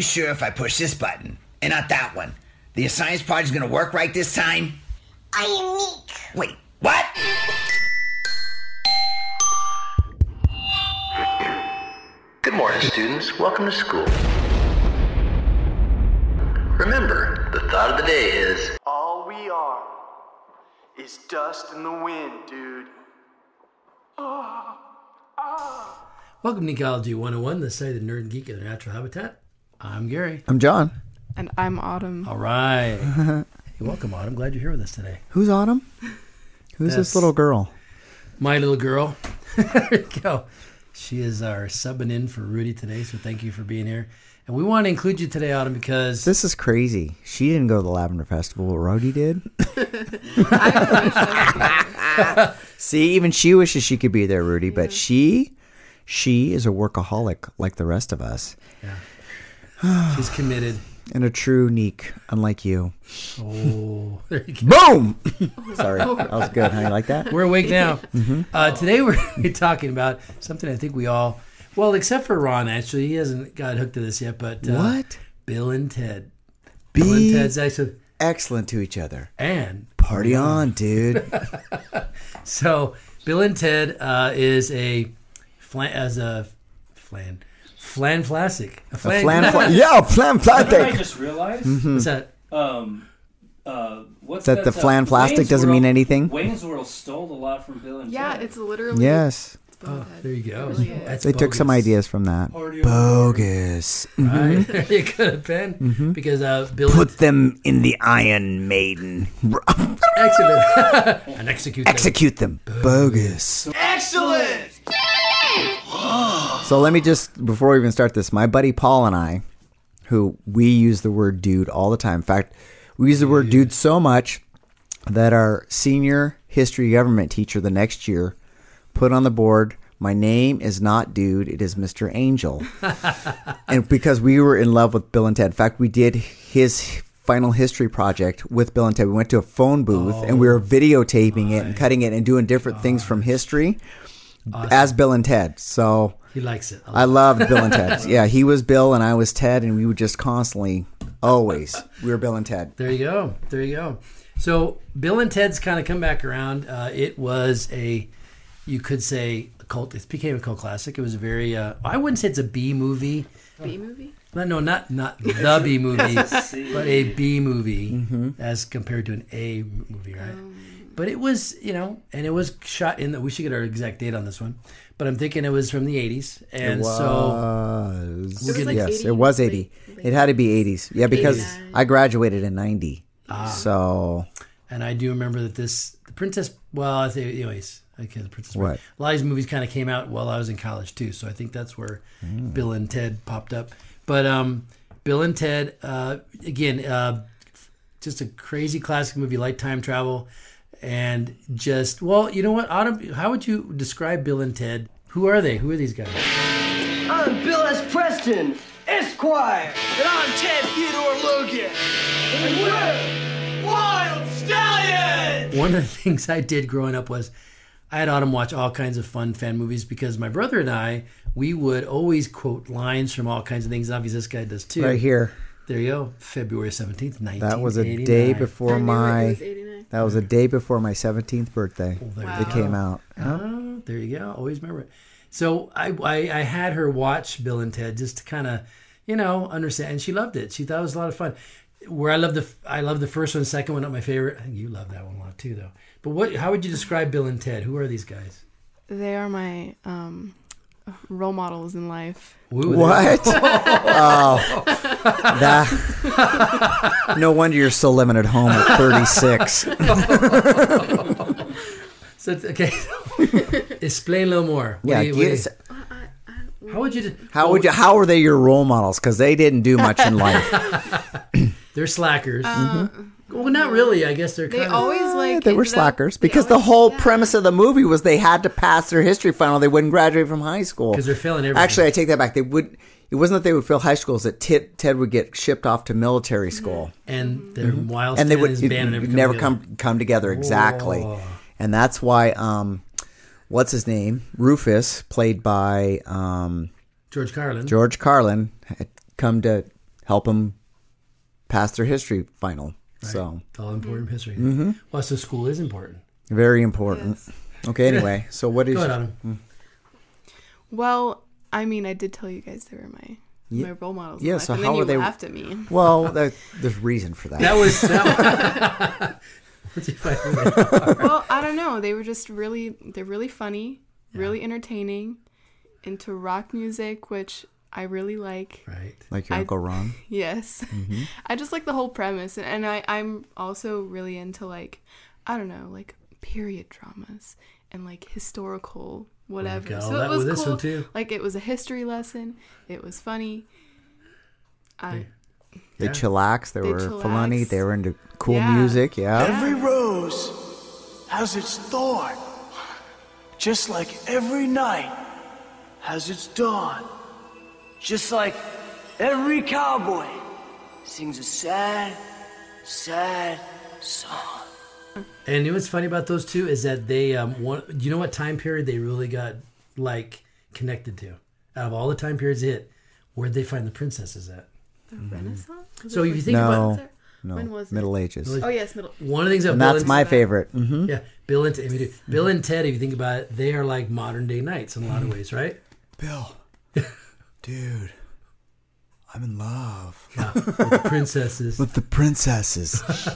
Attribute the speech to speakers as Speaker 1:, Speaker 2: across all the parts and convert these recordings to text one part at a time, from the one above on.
Speaker 1: sure if I push this button and not that one, the science project is going to work right this time?
Speaker 2: I am meek.
Speaker 1: Wait, what?
Speaker 3: Good morning, students. Welcome to school. Remember, the thought of the day is
Speaker 4: All we are is dust in the wind, dude.
Speaker 5: Welcome to Ecology 101, the site of the nerd and geek in their natural habitat. I'm Gary.
Speaker 6: I'm John.
Speaker 7: And I'm Autumn.
Speaker 5: All right. hey, welcome, Autumn. Glad you're here with us today.
Speaker 6: Who's Autumn? Who's
Speaker 5: That's-
Speaker 6: this little girl?
Speaker 5: My little girl. there we go. She is our subbing in for Rudy today, so thank you for being here. And we want to include you today, Autumn, because
Speaker 6: This is crazy. She didn't go to the Lavender Festival. Rhodey did. See, even she wishes she could be there, Rudy, but she she is a workaholic like the rest of us.
Speaker 5: she's committed.
Speaker 6: And a true neek, unlike you.
Speaker 5: Oh, there you go.
Speaker 6: Boom! Sorry, that was good. How you like that?
Speaker 5: We're awake now. Uh, today we're we're talking about something I think we all, well, except for Ron, actually. He hasn't got hooked to this yet, but. Uh,
Speaker 6: What?
Speaker 5: Bill and Ted. Bill and
Speaker 6: Be
Speaker 5: Ted's actually.
Speaker 6: excellent to each other.
Speaker 5: And
Speaker 6: Party on, dude.
Speaker 5: So Bill and Ted uh, is a flan as a flan flan flassic. A
Speaker 6: A
Speaker 5: flan,
Speaker 6: flan hmm. fla- yeah, a flan
Speaker 8: I
Speaker 6: plastic. Mm-hmm.
Speaker 8: just realized
Speaker 5: What's that?
Speaker 8: um, uh, what's
Speaker 6: That the
Speaker 8: uh,
Speaker 6: flan plastic
Speaker 8: Wayne's
Speaker 6: doesn't mean
Speaker 8: World-
Speaker 6: anything?
Speaker 8: Wayne's World stole a lot from Bill and
Speaker 7: Yeah,
Speaker 8: Ted.
Speaker 7: it's literally.
Speaker 6: Yes.
Speaker 5: Oh, there you go.
Speaker 7: It really is.
Speaker 5: That's
Speaker 6: They took some
Speaker 5: bogus.
Speaker 6: ideas from that.
Speaker 8: Party
Speaker 6: Bogus.
Speaker 5: Right? There you could have been because uh, Bill
Speaker 6: Mm-hmm. Put them in the Iron Maiden.
Speaker 5: excellent and execute. them.
Speaker 6: Execute them. Bogus.
Speaker 4: Excellent!
Speaker 6: So let me just, before we even start this, my buddy Paul and I, who we use the word dude all the time. In fact, we use the word dude so much that our senior history government teacher the next year put on the board, my name is not dude, it is Mr. Angel. and because we were in love with Bill and Ted. In fact, we did his final history project with Bill and Ted. We went to a phone booth and we were videotaping it and cutting it and doing different things from history as Bill and Ted. So
Speaker 5: He likes it.
Speaker 6: I loved Bill and Ted. yeah, he was Bill and I was Ted, and we would just constantly, always, we were Bill and Ted.
Speaker 5: There you go. There you go. So Bill and Ted's kind of come back around. Uh, it was a, you could say, a cult. It became a cult classic. It was a very. Uh, I wouldn't say it's a B movie.
Speaker 7: B movie?
Speaker 5: No, no, not not the B movie, but a B movie
Speaker 6: Mm-hmm.
Speaker 5: as compared to an A movie, right? But it was, you know, and it was shot in the. We should get our exact date on this one, but I'm thinking it was from the 80s, and so
Speaker 6: was.
Speaker 5: It was like
Speaker 6: yes,
Speaker 7: 80,
Speaker 6: it was
Speaker 7: late-
Speaker 6: 80.
Speaker 7: late-
Speaker 6: It had to be 80s. Yeah, because
Speaker 7: 89.
Speaker 6: I graduated in 90. So,
Speaker 5: and I do remember that this the Princess. Well, I think, anyways, okay, the Princess.
Speaker 6: What?
Speaker 5: A lot of these movies kind of came out while I was in college too, so I think that's where
Speaker 6: Mm.
Speaker 5: Bill and Ted popped up. But um, Bill and Ted, uh, again, uh, just a crazy classic movie like time travel, and just well, you know what, Autumn? How would you describe Bill and Ted? Who are they? Who are these guys?
Speaker 4: I'm Bill S. Preston, Esquire. And I'm Ted Theodore Logan. And we're Wild Stallions!
Speaker 5: One of the things I did growing up was I had Autumn watch all kinds of fun fan movies because my brother and I we would always quote lines from all kinds of things. Obviously, this guy does too.
Speaker 6: right here,
Speaker 5: There you go. February seventeenth, nineteen.
Speaker 6: that was a day
Speaker 7: I
Speaker 6: before
Speaker 7: knew It
Speaker 6: my.
Speaker 7: was 89.
Speaker 6: That was a day before my 17th birthday.
Speaker 5: there
Speaker 6: It came out.
Speaker 5: Oh, there you go. Always remember it. So I, I, I had her watch Bill and Ted just to kind of, you know, understand. And she loved it. She thought it was a lot of fun. Where I love the I love the first one, second one, not my favorite. I think you love that one a lot too, though. But what? How would you describe Bill and Ted? Who are these guys?
Speaker 7: They are my um, role models in life.
Speaker 5: Ooh, they're-
Speaker 6: What? oh, that. No wonder you're still living at home at 36.
Speaker 5: So it's- okay. Explain a little more. What
Speaker 6: Yeah.
Speaker 5: do you- what do you-
Speaker 6: yes.
Speaker 5: how would you? de-
Speaker 6: How would you? How are they your role models? Because they didn't do much in life.
Speaker 5: They're slackers. Mm-hmm. Well, not really. I guess they're
Speaker 7: Uh, They
Speaker 5: kind of.
Speaker 7: always
Speaker 6: Yeah,
Speaker 7: like.
Speaker 6: they were
Speaker 7: ended up-
Speaker 6: slackers
Speaker 7: they
Speaker 6: because the
Speaker 7: always-
Speaker 6: whole
Speaker 7: yeah.
Speaker 6: premise of the movie was they had to pass their history final. They wouldn't graduate from high school
Speaker 5: 'Cause they're failing everything.
Speaker 6: Actually, I take that back. They would. It wasn't that they would fail high school; it's that Ted, Ted would get shipped off to military school,
Speaker 5: Mm-hmm. and they're wild.
Speaker 6: Mm-hmm. and they would
Speaker 5: his
Speaker 6: it
Speaker 5: band
Speaker 6: would
Speaker 5: and
Speaker 6: never come come together exactly.
Speaker 5: Whoa.
Speaker 6: And that's why, um, what's his name? Rufus, played by um,
Speaker 5: George Carlin.
Speaker 6: George Carlin, had come to help them pass their history final. So
Speaker 5: It's all important history.
Speaker 6: Mm-hmm.
Speaker 5: Well, so school is important.
Speaker 6: very important. Okay. Anyway, so what is
Speaker 5: Go ahead, Adam.
Speaker 7: Well, I mean, I did tell you guys they were my my role models. in
Speaker 6: yeah,
Speaker 7: life,
Speaker 6: so
Speaker 7: and
Speaker 6: how
Speaker 7: then
Speaker 6: are
Speaker 7: you
Speaker 6: they-
Speaker 7: laughed at me.
Speaker 6: well, there, there's reason for that.
Speaker 5: That was. That was
Speaker 7: well, I don't know. They were just really they're really funny, really entertaining, into rock music, which I really like.
Speaker 5: right.
Speaker 6: like your
Speaker 7: I-
Speaker 6: uncle Ron.
Speaker 7: Yes.
Speaker 5: Mm-hmm.
Speaker 7: I just like the whole premise and, and I, I'm also really into like I don't know, like period dramas and like historical whatever.
Speaker 5: God,
Speaker 7: so
Speaker 5: all
Speaker 7: it
Speaker 5: that
Speaker 7: was
Speaker 5: with this
Speaker 7: cool.
Speaker 5: one, too.
Speaker 7: Like it was a history lesson. It was funny. I
Speaker 6: They chillax. They,
Speaker 7: They
Speaker 6: were Fulani.
Speaker 7: chillaxed.
Speaker 6: They were into cool
Speaker 7: Yeah.
Speaker 6: music. Yeah.
Speaker 2: Every rose has its thorn, just like every night has its dawn. Just like every cowboy sings a sad, sad song.
Speaker 5: And you know what's funny about those two is that they um one you know what time period they really got like connected to out of all the time periods they hit where'd they find the princesses at
Speaker 7: the Renaissance? Was
Speaker 5: Mm-hmm. So
Speaker 7: it
Speaker 5: if you
Speaker 7: when-
Speaker 5: think about-
Speaker 6: No.
Speaker 7: was it-
Speaker 6: No.
Speaker 7: When was
Speaker 6: Middle
Speaker 7: it?
Speaker 6: Ages.
Speaker 5: Middle
Speaker 7: Oh yes, middle
Speaker 5: one of the things that
Speaker 6: and
Speaker 5: Bill
Speaker 6: that's
Speaker 5: and-
Speaker 6: my favorite. hmm Mm-hmm.
Speaker 5: yeah Bill and Ted if you do- Bill and Ted if you think about it they are like modern day knights in a lot of ways right
Speaker 6: Bill, dude, I'm in love
Speaker 5: princesses
Speaker 6: with the princesses.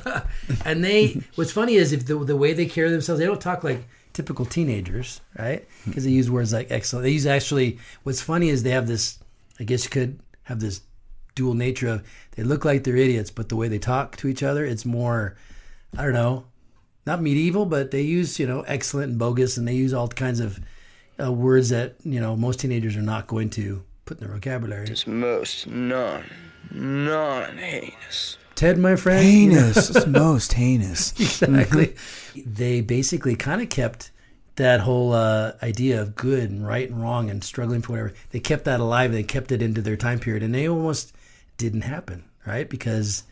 Speaker 5: and they what's funny is if the, the way they carry themselves they don't talk like typical teenagers right because they use words like excellent they use actually what's funny is they have this i guess you could have this dual nature of they look like they're idiots but the way they talk to each other it's more i don't know not medieval but they use you know excellent and bogus and they use all kinds of uh, words that you know most teenagers are not going to put in their vocabulary
Speaker 9: most non, non heinous.
Speaker 5: ted my friend
Speaker 6: heinous. It's most heinous.
Speaker 5: exactly. Mm-hmm. they basically kind of kept that whole uh, idea of good and right and wrong and struggling for whatever. They kept that alive. They kept it into their time period, and they almost didn't happen, right? Because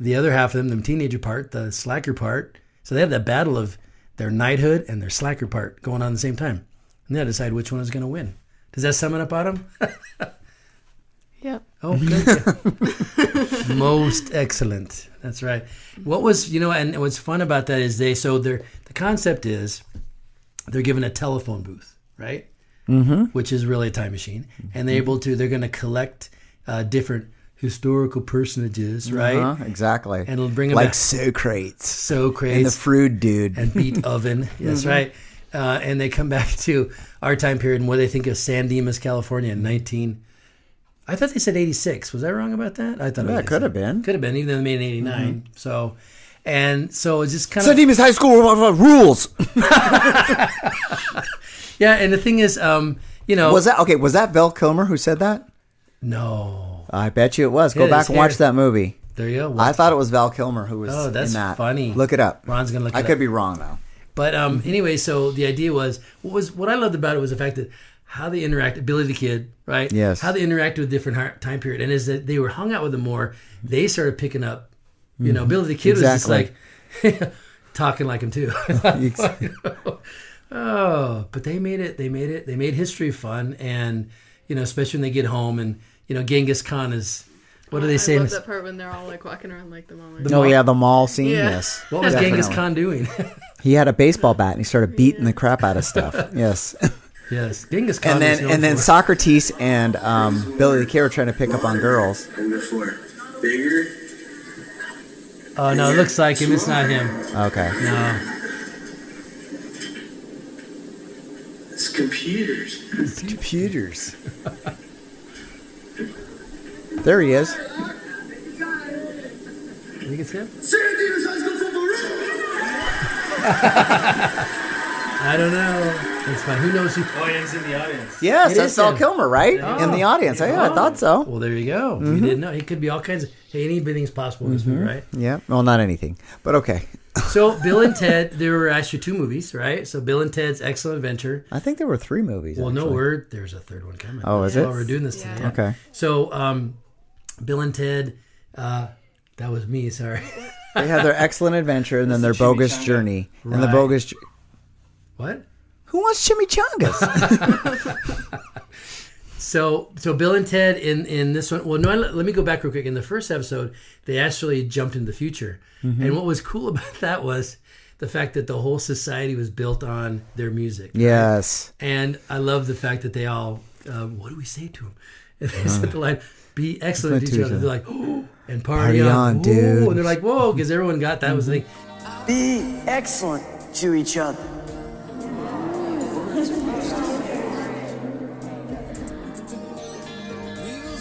Speaker 5: the other half of them, the teenager part, the slacker part, so they have that battle of their knighthood and their slacker part going on at the same time, and they had to decide which one is going to win. Does that sum it up, Autumn?
Speaker 7: Yep.
Speaker 5: Oh, good. Most excellent. That's right. What was you know, and what's fun about that is they so they're the concept is they're given a telephone booth, right? Mm-hmm. Which is really a time machine, and
Speaker 6: Mm-hmm.
Speaker 5: they're able to they're going to collect uh, different historical personages, right?
Speaker 6: Uh-huh, exactly.
Speaker 5: And it'll bring 'em
Speaker 6: like
Speaker 5: back.
Speaker 6: Socrates
Speaker 5: So crazy
Speaker 6: and the fruit dude.
Speaker 5: and beat oven. That's
Speaker 6: Mm-hmm.
Speaker 5: right. Uh, and they come back to our time period and what they think of San Dimas, California in 19. I thought they said 86. Was I wrong about that? I thought
Speaker 6: Yeah,
Speaker 5: was
Speaker 6: it could have been. Mm-hmm.
Speaker 5: Could have been, even though they made it in 89. So, and so it's just kind
Speaker 6: San
Speaker 5: of.
Speaker 6: Dimas High School uh, rules.
Speaker 5: Yeah, and the thing is, um, you know.
Speaker 6: Was that okay? Was that Val Kilmer who said that?
Speaker 5: No.
Speaker 6: I bet you it was. Go
Speaker 5: Yeah,
Speaker 6: back
Speaker 5: his
Speaker 6: and watch
Speaker 5: hair.
Speaker 6: that movie.
Speaker 5: There you go.
Speaker 6: I thought it was Val Kilmer who was
Speaker 5: Oh, that's
Speaker 6: in that.
Speaker 5: funny.
Speaker 6: Look it up.
Speaker 5: Ron's gonna look
Speaker 6: I
Speaker 5: it
Speaker 6: could
Speaker 5: up.
Speaker 6: be wrong though.
Speaker 5: But um,
Speaker 6: Mm-hmm.
Speaker 5: anyway, so the idea was what was what I loved about it was the fact that how they interacted, Billy the Kid, right?
Speaker 6: Yes.
Speaker 5: How they interacted with different hi- time period, and as that they were hung out with them more, they started picking up. You know, Billy the Kid was
Speaker 6: Mm-hmm. Exactly.
Speaker 5: just like talking like him too. oh, but they made it. They made it. They made history fun, and you know, especially when they get home, and you know, Genghis Khan is. What do they say?
Speaker 7: I
Speaker 5: in
Speaker 7: love
Speaker 5: his-
Speaker 7: that part when they're all like walking around like the mall.
Speaker 6: Oh yeah, the mall scene.
Speaker 7: Yeah.
Speaker 6: Yes.
Speaker 5: What was Genghis
Speaker 6: Definitely.
Speaker 5: Khan doing?
Speaker 6: He had a baseball bat and he started beating the crap out of stuff. Yes.
Speaker 5: yes, Genghis Khan.
Speaker 6: and
Speaker 5: was
Speaker 6: then
Speaker 5: known
Speaker 6: and then
Speaker 5: for-
Speaker 6: Socrates and um, Billy the Kid were trying to pick up on girls.
Speaker 10: Number four. Bigger.
Speaker 5: oh no, it looks like him. It's not him.
Speaker 6: Okay.
Speaker 5: No.
Speaker 10: It's computers.
Speaker 6: Computers. there he is.
Speaker 5: You think it's him?
Speaker 10: Sarah Davis High School football.
Speaker 5: I don't know. It's fine. Who knows who?
Speaker 8: Oh, yeah, he's in the audience.
Speaker 6: Yes,
Speaker 5: It
Speaker 6: that's
Speaker 5: is
Speaker 6: Val
Speaker 5: him. Oh.
Speaker 6: Kilmer, right? In the audience. Yeah, I thought so.
Speaker 5: Well, there you go.
Speaker 6: Mm-hmm.
Speaker 5: You didn't know. It could be all kinds of. Hey, anything's possible in this movie, right?
Speaker 6: Yeah. Well, not anything, but okay.
Speaker 5: So, Bill and Ted, there were actually two movies, right? So, Bill and Ted's Excellent Adventure.
Speaker 6: I think there were three movies.
Speaker 5: Well, no
Speaker 6: actually.
Speaker 5: word. There's a third one coming.
Speaker 6: Oh, is
Speaker 5: That's
Speaker 6: it?
Speaker 5: why we're doing this today.
Speaker 7: Yeah.
Speaker 6: Okay.
Speaker 5: So, um, Bill and Ted, uh, that was me, sorry.
Speaker 6: They had their excellent adventure and then their bogus
Speaker 8: chimichanga.
Speaker 6: journey and the
Speaker 5: Right.
Speaker 6: bogus. j-
Speaker 5: what?
Speaker 6: Who wants chimichangas?
Speaker 5: So, so Bill and Ted in in this one. Well, no, let let me go back real quick. In the first episode, they actually jumped into the future, and what was cool about that was the fact that the whole society was built on their music.
Speaker 6: Yes.
Speaker 5: And I love the fact that they all, uh, what do we say to them? And
Speaker 6: Uh-huh.
Speaker 5: they said the line, be excellent to each other. They're like, oh, and party,
Speaker 6: Party on,
Speaker 5: Ooh.
Speaker 6: dude.
Speaker 5: And they're like, whoa, because everyone got that was the thing.
Speaker 2: Be excellent to each other.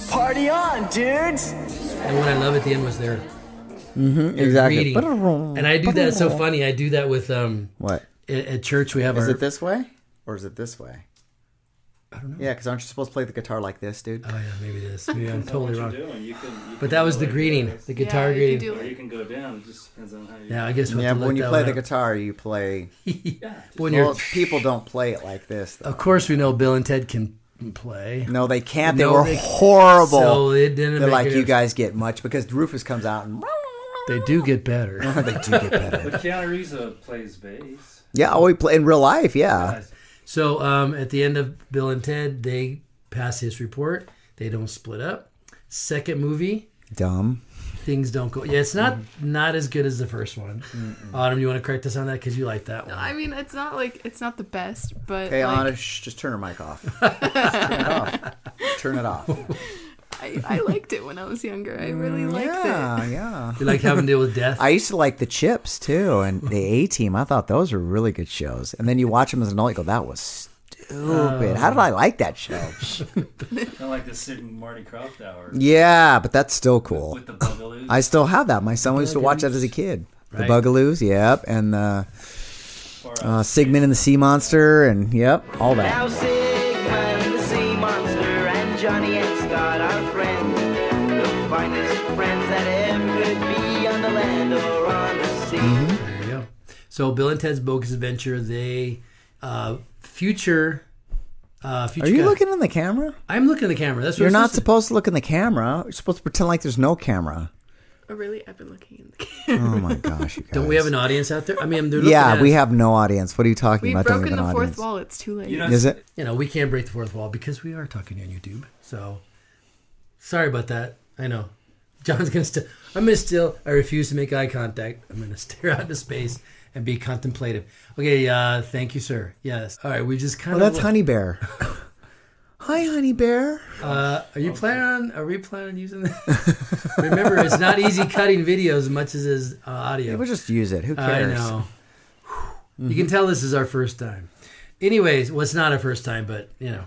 Speaker 2: Party on, dudes!
Speaker 5: And what I love at the end was their
Speaker 6: Exactly.
Speaker 5: reading. And I do that, it's so funny. I do that with, um,
Speaker 6: What?
Speaker 5: at, at church, we have
Speaker 6: Is
Speaker 5: our.
Speaker 6: it this way or is it this way? I don't know. Uh, Yeah, because aren't you supposed to play the guitar like this, dude?
Speaker 5: oh, yeah, maybe it is. Maybe I'm totally
Speaker 8: What
Speaker 5: wrong.
Speaker 8: you're doing, you can, you can
Speaker 5: But that was
Speaker 8: go
Speaker 5: the
Speaker 8: like
Speaker 5: greeting,
Speaker 8: this,
Speaker 5: the guitar
Speaker 7: yeah, you
Speaker 5: greeting.
Speaker 7: can do
Speaker 8: Or
Speaker 7: it.
Speaker 8: you can go down. It just depends on how you.
Speaker 5: yeah, I guess we'll
Speaker 6: yeah,
Speaker 5: have to
Speaker 6: but
Speaker 5: let
Speaker 6: when you
Speaker 5: that
Speaker 6: play
Speaker 5: one
Speaker 6: the
Speaker 5: out.
Speaker 6: guitar, you play.
Speaker 5: When you're,
Speaker 6: Well, people don't play it like this. Though.
Speaker 5: of course, we know Bill and Ted can play.
Speaker 6: No, they can't. They
Speaker 5: No,
Speaker 6: were
Speaker 5: they-
Speaker 6: horrible.
Speaker 5: So it didn't
Speaker 6: They're
Speaker 5: make
Speaker 6: like,
Speaker 5: it-
Speaker 6: you guys get much because Rufus comes out and
Speaker 5: They do get better.
Speaker 6: they do get better.
Speaker 8: But Keanu Reeves uh, plays bass.
Speaker 6: Yeah, oh, we play in real life. Yeah,
Speaker 5: so um, at the end of Bill and Ted, they pass his report. They don't split up. Second movie,
Speaker 6: dumb.
Speaker 5: things don't go. Yeah, it's not not as good as the first one. Autumn, you want to correct us on that because you like that one.
Speaker 7: I mean, it's not like it's not the best, but
Speaker 6: Hey,
Speaker 7: like,
Speaker 6: Anna, shh, just turn her mic off. Just turn it off. Turn it off.
Speaker 7: I, I liked it when I was younger. I really liked it.
Speaker 6: Mm, yeah, yeah.
Speaker 5: you like having to deal with death.
Speaker 6: I used to like the Chips too, and
Speaker 7: Mm-hmm.
Speaker 6: the A Team. I thought those were really good shows. And then you watch them as an adult, you go, "That was stupid.
Speaker 7: Oh.
Speaker 6: How did I like that show?"
Speaker 8: Kind of like the Sid and Marty Croft hour
Speaker 6: Mm. yeah, but that's still cool.
Speaker 8: with the Bugaloos.
Speaker 6: I still have that. My son used to watch that as a kid. The
Speaker 5: Right.
Speaker 6: Bugaloos, yep, and the uh, Sigmund and the Sea Monster, and yep, all that.
Speaker 2: Sigmund the sea monster and Johnny and Scott are friends. The finest friends that ever could be on the land or on the sea.
Speaker 5: There you go. So Bill and Ted's Bogus Adventure. They uh, future. Uh, future
Speaker 6: Are you
Speaker 5: guy-
Speaker 6: looking in the camera?
Speaker 5: I'm looking at the camera. That's what
Speaker 6: You're
Speaker 5: I'm
Speaker 6: not
Speaker 5: supposed.
Speaker 6: supposed to look in the camera. You're supposed to pretend like there's no camera.
Speaker 7: Oh, really? I've been looking in the
Speaker 5: Mm.
Speaker 7: camera.
Speaker 6: Oh my gosh! You guys.
Speaker 5: to. We have an audience out there. I mean, they're looking
Speaker 6: yeah,
Speaker 5: at
Speaker 6: we
Speaker 5: us.
Speaker 6: have no audience. What are you talking
Speaker 7: We've
Speaker 6: about? Don't
Speaker 7: broken
Speaker 6: have
Speaker 7: the
Speaker 6: an
Speaker 7: fourth
Speaker 6: audience.
Speaker 7: wall. It's too late.
Speaker 8: You know,
Speaker 6: Is it?
Speaker 5: you know, we can't break the fourth wall because we are talking on YouTube. So sorry about that. I know. John's gonna still I'm gonna still I refuse to make eye contact. I'm gonna stare out into space and be contemplative. Okay, uh thank you, sir. Yes. All right, we just kind
Speaker 6: Oh,
Speaker 5: of
Speaker 6: that's Honey Bear. Hi, Honey Bear.
Speaker 5: uh, are
Speaker 6: Oh,
Speaker 5: you planning on are we planning on using this? Remember it's not easy cutting videos as much as is uh, audio.
Speaker 6: We'll just use it. Who
Speaker 5: I
Speaker 6: cares?
Speaker 5: know. You can tell this is our first time. Anyways, well it's not our first time, but you know.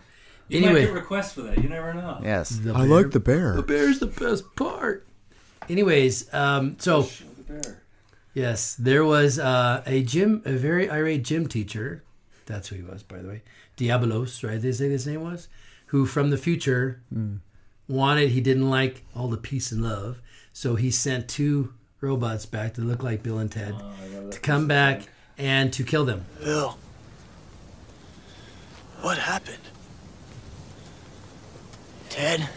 Speaker 8: you might get requests for that. You never know.
Speaker 6: Yes.
Speaker 5: The
Speaker 6: I like the bear.
Speaker 5: bear's the best part. Anyways, um, so yes, there was uh, a gym, a very irate gym teacher. That's who he was, by the way. Diabolos, right? They say his name was, who from the future wanted. He didn't like all the peace and love, so he sent two robots back that look like Bill and Ted to come back and to kill them.
Speaker 2: Bill, what happened? Ted,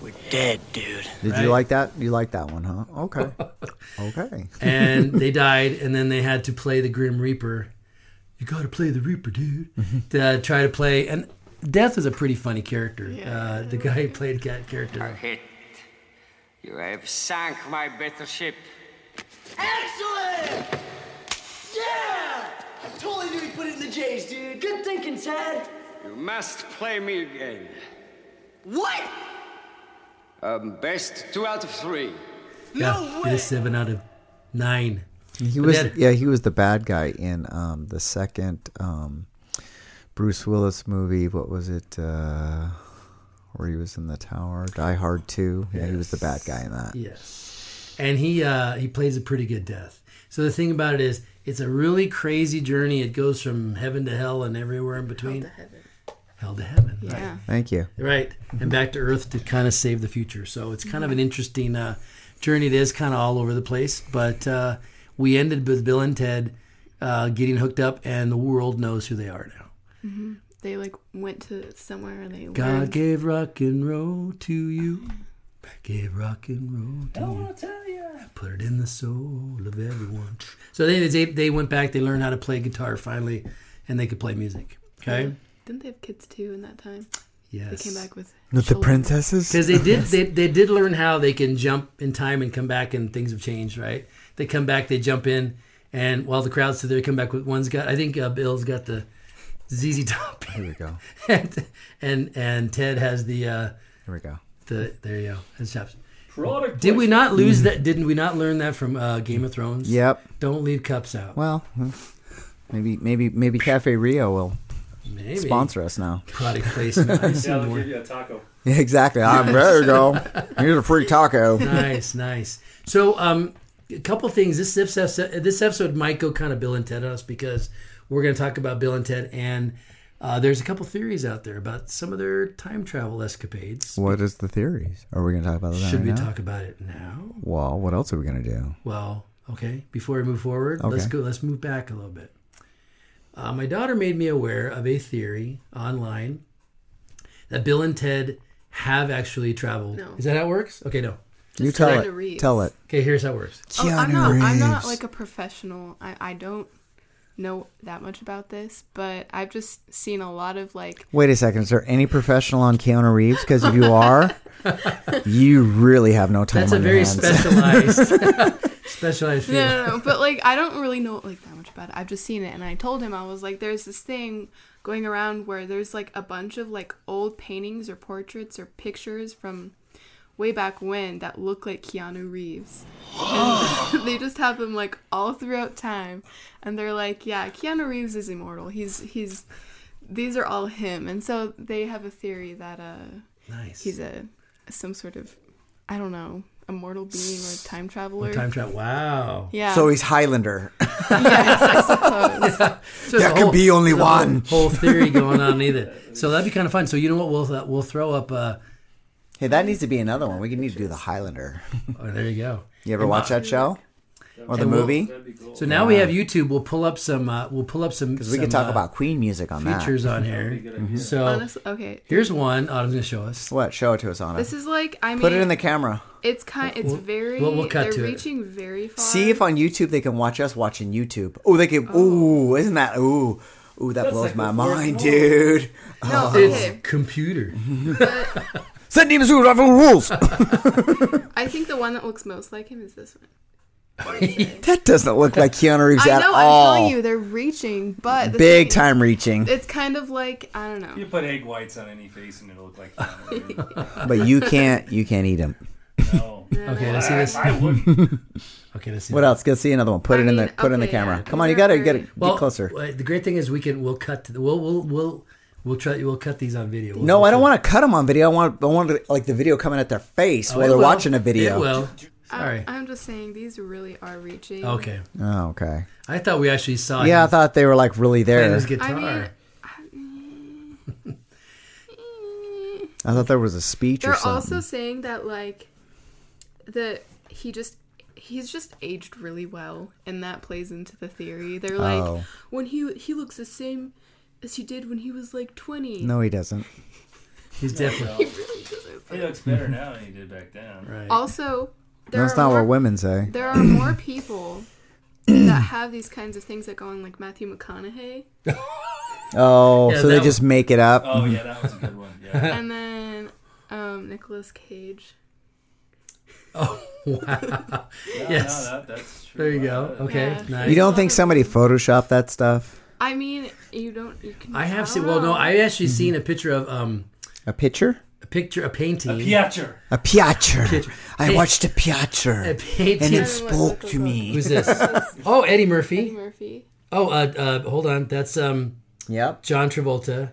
Speaker 2: we're dead, dude.
Speaker 6: Did
Speaker 5: Right.
Speaker 6: you like that? You like that one, huh? Okay. okay.
Speaker 5: and they died, and then they had to play the Grim Reaper. You got to play the Reaper, dude, to try to play. And Death is a pretty funny character. Uh, the guy who played cat character.
Speaker 11: Hit. You have sunk my battleship.
Speaker 2: Excellent! Yeah! I totally knew he put it in the J's, dude. Good thinking, Ted.
Speaker 11: You must play me again.
Speaker 2: What?
Speaker 11: Um, best two out of three.
Speaker 5: Yeah, it is seven out of nine.
Speaker 6: He was
Speaker 5: then-
Speaker 6: yeah, he was the bad guy in um, the second um, Bruce Willis movie. What was it? Uh, where he was in the tower, Die Hard Two. Yeah, he was the bad guy in that.
Speaker 5: Yes, and he uh, he plays a pretty good Death. So the thing about it is, it's a really crazy journey. It goes from heaven to hell and everywhere in between. Hell to heaven. right.
Speaker 7: Yeah.
Speaker 6: Thank you.
Speaker 5: Right, and back to Earth to kind of save the future. So it's kind of an interesting uh, journey. It is kind of all over the place, but uh, we ended with Bill and Ted uh, getting hooked up, and the world knows who they are now.
Speaker 7: They like went to somewhere and they
Speaker 5: God
Speaker 7: learned.
Speaker 5: gave rock and roll to you, gave rock and roll to you. Put it in the soul of everyone. So they they, they went back. They learned how to play guitar finally, and they could play music. Okay,
Speaker 7: Didn't they have kids too in that time? Mm-hmm. They
Speaker 5: Yes.
Speaker 7: came back with
Speaker 6: Not the
Speaker 7: children.
Speaker 6: princesses?
Speaker 5: Because they did, they, they did learn how they can jump in time and come back, and things have changed, right? They come back, they jump in, and while the crowd's still there, come back with one's got. I think uh, Bill's got the ZZ Top,
Speaker 6: Here we go.
Speaker 5: and and, and Ted has the uh,
Speaker 6: Here we go.
Speaker 5: the there you go. His chops. Did we not lose that? Didn't we not learn that from uh, Game of Thrones?
Speaker 6: Yep.
Speaker 5: Don't leave cups out.
Speaker 6: Well, hmm. maybe maybe maybe Cafe Rio will
Speaker 5: Maybe.
Speaker 6: sponsor us now.
Speaker 5: product placement. I see
Speaker 8: Yeah, they'll
Speaker 5: more.
Speaker 8: give you a taco.
Speaker 6: Yeah, exactly. I'm there you go. Here's a free taco.
Speaker 5: nice, nice. So, um, a couple things. This this episode, this episode might go kind of Bill and Ted on us because we're going to talk about Bill and Ted, and uh, there's a couple theories out there about some of their time travel escapades.
Speaker 6: What is the theories? Are we going to talk about that?
Speaker 5: Should
Speaker 6: right
Speaker 5: we
Speaker 6: now?
Speaker 5: talk about it now?
Speaker 6: Well, what else are we going to do?
Speaker 5: Well, okay. Before we move forward, let's
Speaker 6: Okay.
Speaker 5: go. Let's move back a little bit. Uh, my daughter made me aware of a theory online that Bill and Ted have actually traveled.
Speaker 7: No.
Speaker 5: Is that how it works? Okay, no.
Speaker 6: you tell
Speaker 7: Keanu
Speaker 6: it.
Speaker 7: Reeves.
Speaker 6: Tell it.
Speaker 5: Okay, here's how it works.
Speaker 7: Oh, I'm not. I'm not
Speaker 6: Reeves.
Speaker 7: like a professional. I, I don't know that much about this, but I've just seen a lot of like.
Speaker 6: Wait a second. Is there any professional on Keanu Reeves? Because if you are, you really have no time.
Speaker 5: That's
Speaker 6: on
Speaker 5: a
Speaker 6: your
Speaker 5: very
Speaker 6: hands.
Speaker 5: specialized, specialized
Speaker 7: No,
Speaker 5: field.
Speaker 7: no, no, but like I don't really know like that much about it. I've just seen it, and I told him I was like, "There's this thing going around where there's like a bunch of like old paintings or portraits or pictures from way back when that look like Keanu Reeves. And they just have them like all throughout time, and they're like, "Yeah, Keanu Reeves is immortal. He's he's these are all him." And so they have a theory that uh
Speaker 5: Nice.
Speaker 7: he's a some sort of I don't know immortal being or time traveler.
Speaker 5: time travel. Wow.
Speaker 7: yeah.
Speaker 6: So he's Highlander.
Speaker 5: So there
Speaker 6: could be only one.
Speaker 5: Whole theory going on either. So that'd be kind of fun. So you know what? We'll we'll throw up. Uh,
Speaker 6: Hey, that needs to be another one. We need to do the Highlander.
Speaker 5: oh, there you go.
Speaker 6: You ever watch that show or the
Speaker 5: And we'll-
Speaker 6: movie?
Speaker 8: That'd be cool.
Speaker 5: So now we have YouTube. We'll pull up some. Uh, we'll pull up some.
Speaker 6: Because we could
Speaker 5: some,
Speaker 6: talk
Speaker 5: uh,
Speaker 6: about Queen music on that.
Speaker 5: features on here. So
Speaker 6: Oh.
Speaker 7: Honestly, okay.
Speaker 5: here's one. Autumn's gonna show us.
Speaker 6: What? Show it to us, Anna.
Speaker 7: This is like I mean,
Speaker 6: Put it in the camera.
Speaker 7: it's kind. It's very.
Speaker 5: we'll- we'll cut
Speaker 7: they're
Speaker 5: to it.
Speaker 7: reaching very far.
Speaker 6: See if on YouTube they can watch us watching YouTube. Oh, they can. Ooh, isn't that? Ooh, ooh, that blows
Speaker 8: like
Speaker 6: my
Speaker 8: the
Speaker 6: mind,
Speaker 8: fourth wall.
Speaker 6: dude.
Speaker 7: no.
Speaker 6: Oh.
Speaker 5: It's
Speaker 7: Okay.
Speaker 5: computer.
Speaker 6: Mm-hmm. Set Demon's rules.
Speaker 7: I think the one that looks most like him is this one.
Speaker 6: that doesn't look like Keanu Reeves
Speaker 7: I
Speaker 6: at
Speaker 7: know.
Speaker 6: all.
Speaker 7: I'm telling you, they're reaching, but the
Speaker 6: Big
Speaker 7: thing is,
Speaker 6: time reaching,
Speaker 7: It's kind of like I don't know.
Speaker 8: You put egg whites on any face and it'll look like that.
Speaker 6: but you can't. You can't eat them.
Speaker 8: no.
Speaker 5: Okay, let's Oh, see this.
Speaker 8: I wouldn't.
Speaker 5: Okay, let's see.
Speaker 6: What
Speaker 5: this.
Speaker 6: else? Let's see another one. Put
Speaker 7: I
Speaker 6: it in the.
Speaker 7: mean,
Speaker 6: Put it in the
Speaker 7: okay,
Speaker 6: camera.
Speaker 7: yeah,
Speaker 6: Come on, you
Speaker 7: they're
Speaker 6: gotta
Speaker 7: very-
Speaker 6: get it.
Speaker 5: Well,
Speaker 6: get closer.
Speaker 5: uh, The great thing is we can. We'll cut. To the, we'll we'll we'll we'll try. We'll cut these on video.
Speaker 6: No,
Speaker 5: We'll-
Speaker 6: I don't want to cut them on video. I want. I want like the video coming at their face
Speaker 5: Oh,
Speaker 6: while
Speaker 5: it
Speaker 6: they're
Speaker 5: will.
Speaker 6: watching a video.
Speaker 5: It will.
Speaker 7: I-
Speaker 5: Sorry.
Speaker 7: I'm just saying these really are reaching.
Speaker 5: Okay.
Speaker 6: Oh, okay.
Speaker 5: I thought we actually saw.
Speaker 6: Yeah, I
Speaker 5: him
Speaker 6: thought they were like really
Speaker 5: playing
Speaker 6: there.
Speaker 5: his guitar.
Speaker 7: I mean,
Speaker 6: I thought there was a speech or
Speaker 7: they're
Speaker 6: something.
Speaker 7: also saying that like the he just he's just aged really well and that plays into the theory they're like
Speaker 6: Oh.
Speaker 7: when he he looks the same as he did when he was like 20
Speaker 6: no, he doesn't.
Speaker 5: He's definitely
Speaker 8: He looks better now than he did back then.
Speaker 5: right.
Speaker 7: also there
Speaker 6: That's
Speaker 7: are
Speaker 6: not
Speaker 7: more,
Speaker 6: what women say.
Speaker 7: there are more people that have these kinds of things that go on like matthew mcconaughey
Speaker 6: Oh,
Speaker 5: Yeah,
Speaker 6: so they
Speaker 5: that
Speaker 6: just make it up.
Speaker 8: Oh yeah, that was a good one. Yeah.
Speaker 7: and then um nicholas cage
Speaker 5: Wow.
Speaker 8: No,
Speaker 5: yes.
Speaker 8: that, that's true. Uh,
Speaker 5: There you go. Okay.
Speaker 7: Yeah.
Speaker 5: Nice.
Speaker 6: you don't think somebody photoshopped that stuff?
Speaker 7: i mean you don't you can
Speaker 5: I have
Speaker 7: don't
Speaker 5: seen. Well, no,
Speaker 7: know.
Speaker 5: I
Speaker 6: Mm-hmm.
Speaker 5: actually seen a picture of um
Speaker 6: A picture?
Speaker 5: a picture a painting.
Speaker 8: Piacher.
Speaker 6: A piacher. I
Speaker 5: Hey.
Speaker 6: watched a
Speaker 5: A
Speaker 6: piacher, and
Speaker 5: painting.
Speaker 6: it spoke to me.
Speaker 5: Who's this? oh, Eddie
Speaker 7: Eddie
Speaker 5: Murphy.
Speaker 7: murphy
Speaker 5: Oh, uh, uh, hold on. That's um
Speaker 6: Yep,
Speaker 5: John Travolta,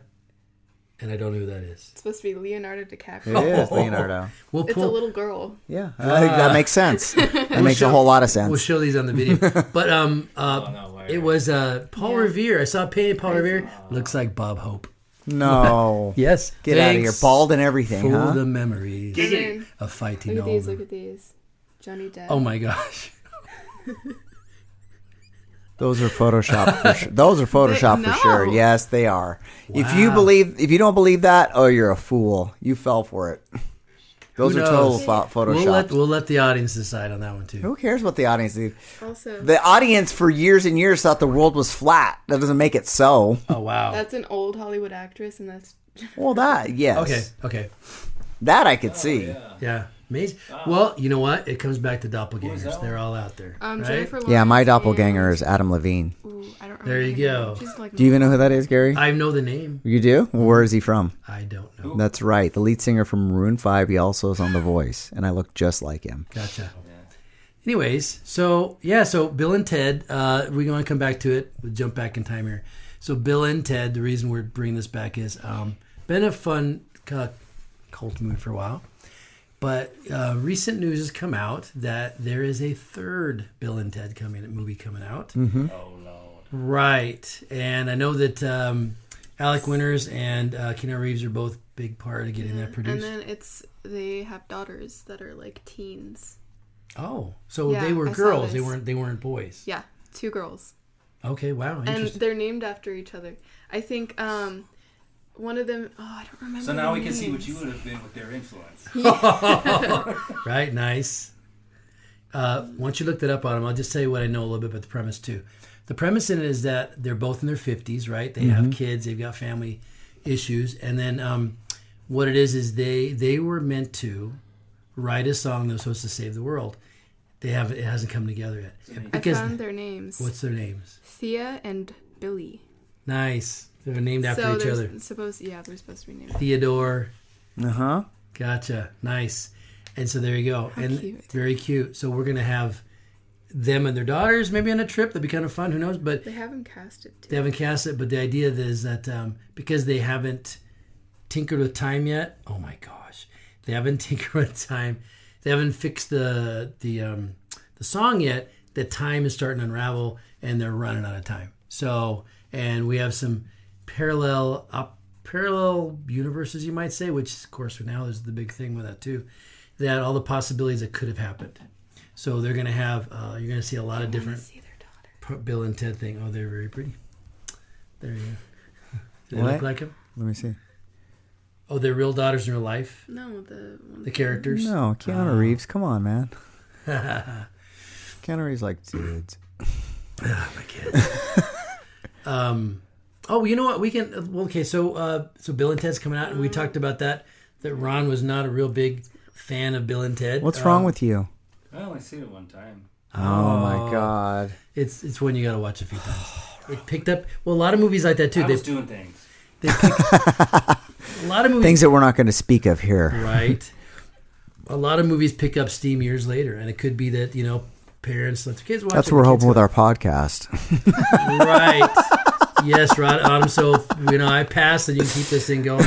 Speaker 5: and I don't know who that is.
Speaker 7: it's supposed to be leonardo dicaprio
Speaker 6: it
Speaker 5: Oh,
Speaker 6: is Leonardo.
Speaker 5: We'll
Speaker 7: it's
Speaker 5: pull.
Speaker 7: a little girl
Speaker 6: Yeah, I think
Speaker 5: Ah.
Speaker 6: that makes sense. That makes a whole lot of sense.
Speaker 5: we'll show these on the video. But um, uh,
Speaker 8: Oh, No way.
Speaker 5: it was uh Paul
Speaker 7: Yeah.
Speaker 5: Revere. I saw a painting of Paul Revere. Looks like Bob Hope.
Speaker 6: no,
Speaker 5: Yes.
Speaker 6: get out of here,
Speaker 5: Thanks
Speaker 6: bald and everything,
Speaker 5: For the
Speaker 6: huh?
Speaker 5: memories
Speaker 7: And then-
Speaker 5: of fighting
Speaker 7: Look at
Speaker 5: over.
Speaker 7: these, look at these. Johnny Depp.
Speaker 5: Oh my gosh.
Speaker 6: Those are Photoshop. For sure. Those are Photoshop
Speaker 7: They-
Speaker 6: for sure.
Speaker 7: no.
Speaker 6: Yes, they are. If you
Speaker 5: Wow.
Speaker 6: believe, if you don't believe that, oh, you're a fool. You fell for it. Those
Speaker 5: Who
Speaker 6: are total
Speaker 5: knows?
Speaker 6: pho- photoshopped.
Speaker 5: We'll let, we'll let the audience decide on that one too.
Speaker 6: Who cares what the audience did?
Speaker 7: Also-
Speaker 6: the audience for years and years thought the world was flat. That doesn't make it so.
Speaker 5: Oh wow.
Speaker 7: That's an old Hollywood actress, and that's
Speaker 6: Well, that yes.
Speaker 5: Okay. Okay.
Speaker 6: That I could see.
Speaker 5: Yeah. Amazing. Well, you know what? It comes back to doppelgangers.
Speaker 8: that
Speaker 5: They're all out there.
Speaker 7: um,
Speaker 5: right?
Speaker 7: Jennifer Lawrence.
Speaker 6: Yeah, my
Speaker 7: and-
Speaker 6: doppelganger is Adam Levine.
Speaker 7: Ooh, I don't remember
Speaker 5: There you
Speaker 7: her name.
Speaker 5: go.
Speaker 7: She's like
Speaker 6: Do you even know who that is, Gary?
Speaker 5: I know the name.
Speaker 6: You do? Well, where is he from?
Speaker 5: I don't know.
Speaker 6: That's right. The lead singer from Maroon 5. He also is on The Voice, and I look just like him.
Speaker 5: Gotcha. Anyways, so yeah, so Bill and Ted, uh, we're going to come back to it. We'll jump back in time here. So Bill and Ted, the reason we're bringing this back is um, been a fun uh, cult movie for a while, but uh, recent news has come out that there is a third Bill and Ted coming movie coming out.
Speaker 8: Oh lord.
Speaker 5: Right, and I know that um, Alec Winters and uh, Keanu Reeves are both big part of getting that
Speaker 7: Mm-hmm. and
Speaker 5: produced.
Speaker 7: then it's they have daughters that are like teens.
Speaker 5: oh, so
Speaker 7: Yeah,
Speaker 5: they were
Speaker 7: I saw
Speaker 5: girls; they
Speaker 7: this.
Speaker 5: weren't they weren't boys.
Speaker 7: Yeah, two girls,
Speaker 5: Okay, wow,
Speaker 7: and
Speaker 5: interesting.
Speaker 7: they're named after each other. I think um, one of them. Oh, I don't remember.
Speaker 8: So
Speaker 7: their
Speaker 8: now we can see what
Speaker 7: names.
Speaker 8: you would have been with their influence.
Speaker 5: Right, nice. Uh, once you look that up on them, I'll just tell you what I know a little bit about the premise too. The premise in it is that they're both in their fifties, right? They have kids, they've got family issues, and then um, what it is is they they were meant to write a song that was supposed to save the world. They have it hasn't come together yet
Speaker 7: I
Speaker 5: because
Speaker 7: found their names.
Speaker 5: what's their names?
Speaker 7: Thea and Billy.
Speaker 5: Nice, they're named after
Speaker 7: so
Speaker 5: each
Speaker 7: they're
Speaker 5: other.
Speaker 7: supposed. Yeah, they're supposed to be named.
Speaker 5: Theodore,
Speaker 6: Uh huh.
Speaker 5: Gotcha. Nice. And so there you go. and
Speaker 7: cute.
Speaker 5: very cute. So we're gonna have them and their daughters maybe on a trip. That'd be kind of fun. Who knows? But
Speaker 7: They haven't cast it.
Speaker 5: they
Speaker 7: Too.
Speaker 5: haven't cast it. But the idea is that um, because they haven't tinkered with time yet. Oh my gosh, they haven't tinkered with time. They haven't fixed the the um, the song yet. That time is starting to unravel, and they're running out of time. So, and we have some parallel up parallel universes, you might say, which of course now is the big thing with that too. That all the possibilities that could have happened. So they're gonna have uh, you're gonna see a lot of different
Speaker 7: See their daughter.
Speaker 5: Pro- Bill and Ted thing. Oh, they're very pretty. There you go. Do they
Speaker 6: What?
Speaker 5: look like him?
Speaker 6: Let me see.
Speaker 5: Oh, they're real daughters in real life.
Speaker 7: No, the one.
Speaker 5: The characters.
Speaker 6: No, Keanu Reeves. Come on, man. Keanu Reeves like dudes.
Speaker 5: My kids. um, oh, you know what? We can. Well, okay, so uh, so Bill and Ted's coming out, and we talked about that. That Ron was not a real big fan of Bill and Ted.
Speaker 6: What's
Speaker 5: Um,
Speaker 6: wrong with you?
Speaker 8: I only seen it one time.
Speaker 6: Uh. Oh, my God.
Speaker 5: It's it's one you got to watch a few times. It picked up. Well, a lot of movies like that too.
Speaker 8: I
Speaker 5: They,
Speaker 8: was doing things.
Speaker 5: they pick, a lot of movies.
Speaker 6: Things that we're not going to speak of here.
Speaker 5: right? a lot of movies pick up steam years later, and it could be that you know parents let their kids watch.
Speaker 6: That's
Speaker 5: it,
Speaker 6: what we're
Speaker 5: their
Speaker 6: hoping with
Speaker 5: kids
Speaker 6: our podcast.
Speaker 5: go, right. yes, Rod Autumn. So you know, I pass, and you keep this thing going.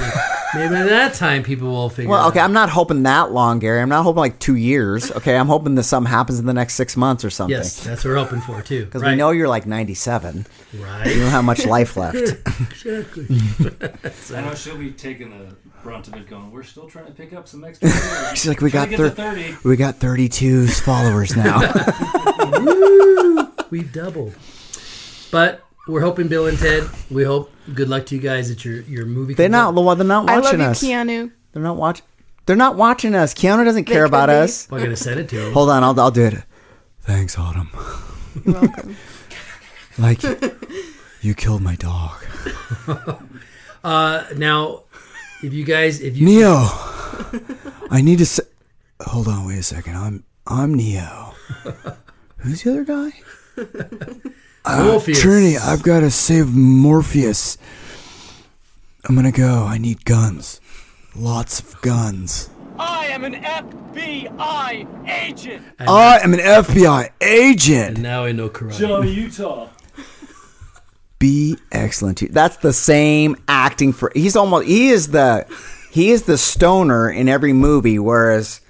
Speaker 5: Maybe by that time, people will figure.
Speaker 6: Well,
Speaker 5: it
Speaker 6: okay,
Speaker 5: out.
Speaker 6: I'm not hoping that long, Gary. I'm not hoping like two years. Okay, I'm hoping that something happens in the next six months or something.
Speaker 5: Yes, that's what we're hoping for too.
Speaker 6: Because
Speaker 5: right.
Speaker 6: we know you're like 97. You
Speaker 5: right?
Speaker 6: don't have much life left.
Speaker 8: I know she'll be taking the brunt of it going, we're still trying to pick up some extra. viewers."
Speaker 6: She's like, we got
Speaker 8: Trying to get to
Speaker 6: 30.
Speaker 8: 30.
Speaker 6: We got 32 followers now.
Speaker 5: We've doubled, but we're hoping Bill and Ted. We hope good luck to you guys at your your movie.
Speaker 6: they're
Speaker 5: comes
Speaker 6: not.
Speaker 5: out.
Speaker 6: Well, they're not
Speaker 7: I love
Speaker 6: watching
Speaker 7: you,
Speaker 6: us.
Speaker 7: Keanu.
Speaker 6: They're not watch. They're not watching us. Keanu doesn't care
Speaker 7: could
Speaker 6: about
Speaker 7: be.
Speaker 6: us.
Speaker 5: Well, I'm gonna send it to him.
Speaker 6: Hold on, I'll, I'll do it. Thanks, Autumn.
Speaker 7: You're welcome.
Speaker 6: Like, you killed my dog,
Speaker 5: Now, if you guys, if you
Speaker 6: Neo. I need to. s Hold on, wait a second. I'm I'm Neo. Who's the other guy?
Speaker 5: Morpheus,
Speaker 6: Trinity, I've got to save Morpheus. I'm gonna go. I need guns. Lots of guns. I am an FBI agent.
Speaker 5: now I know karate.
Speaker 8: Johnny Utah.
Speaker 6: Be excellent. to- That's the same acting for. He's almost. He is the. He is the stoner in every movie, whereas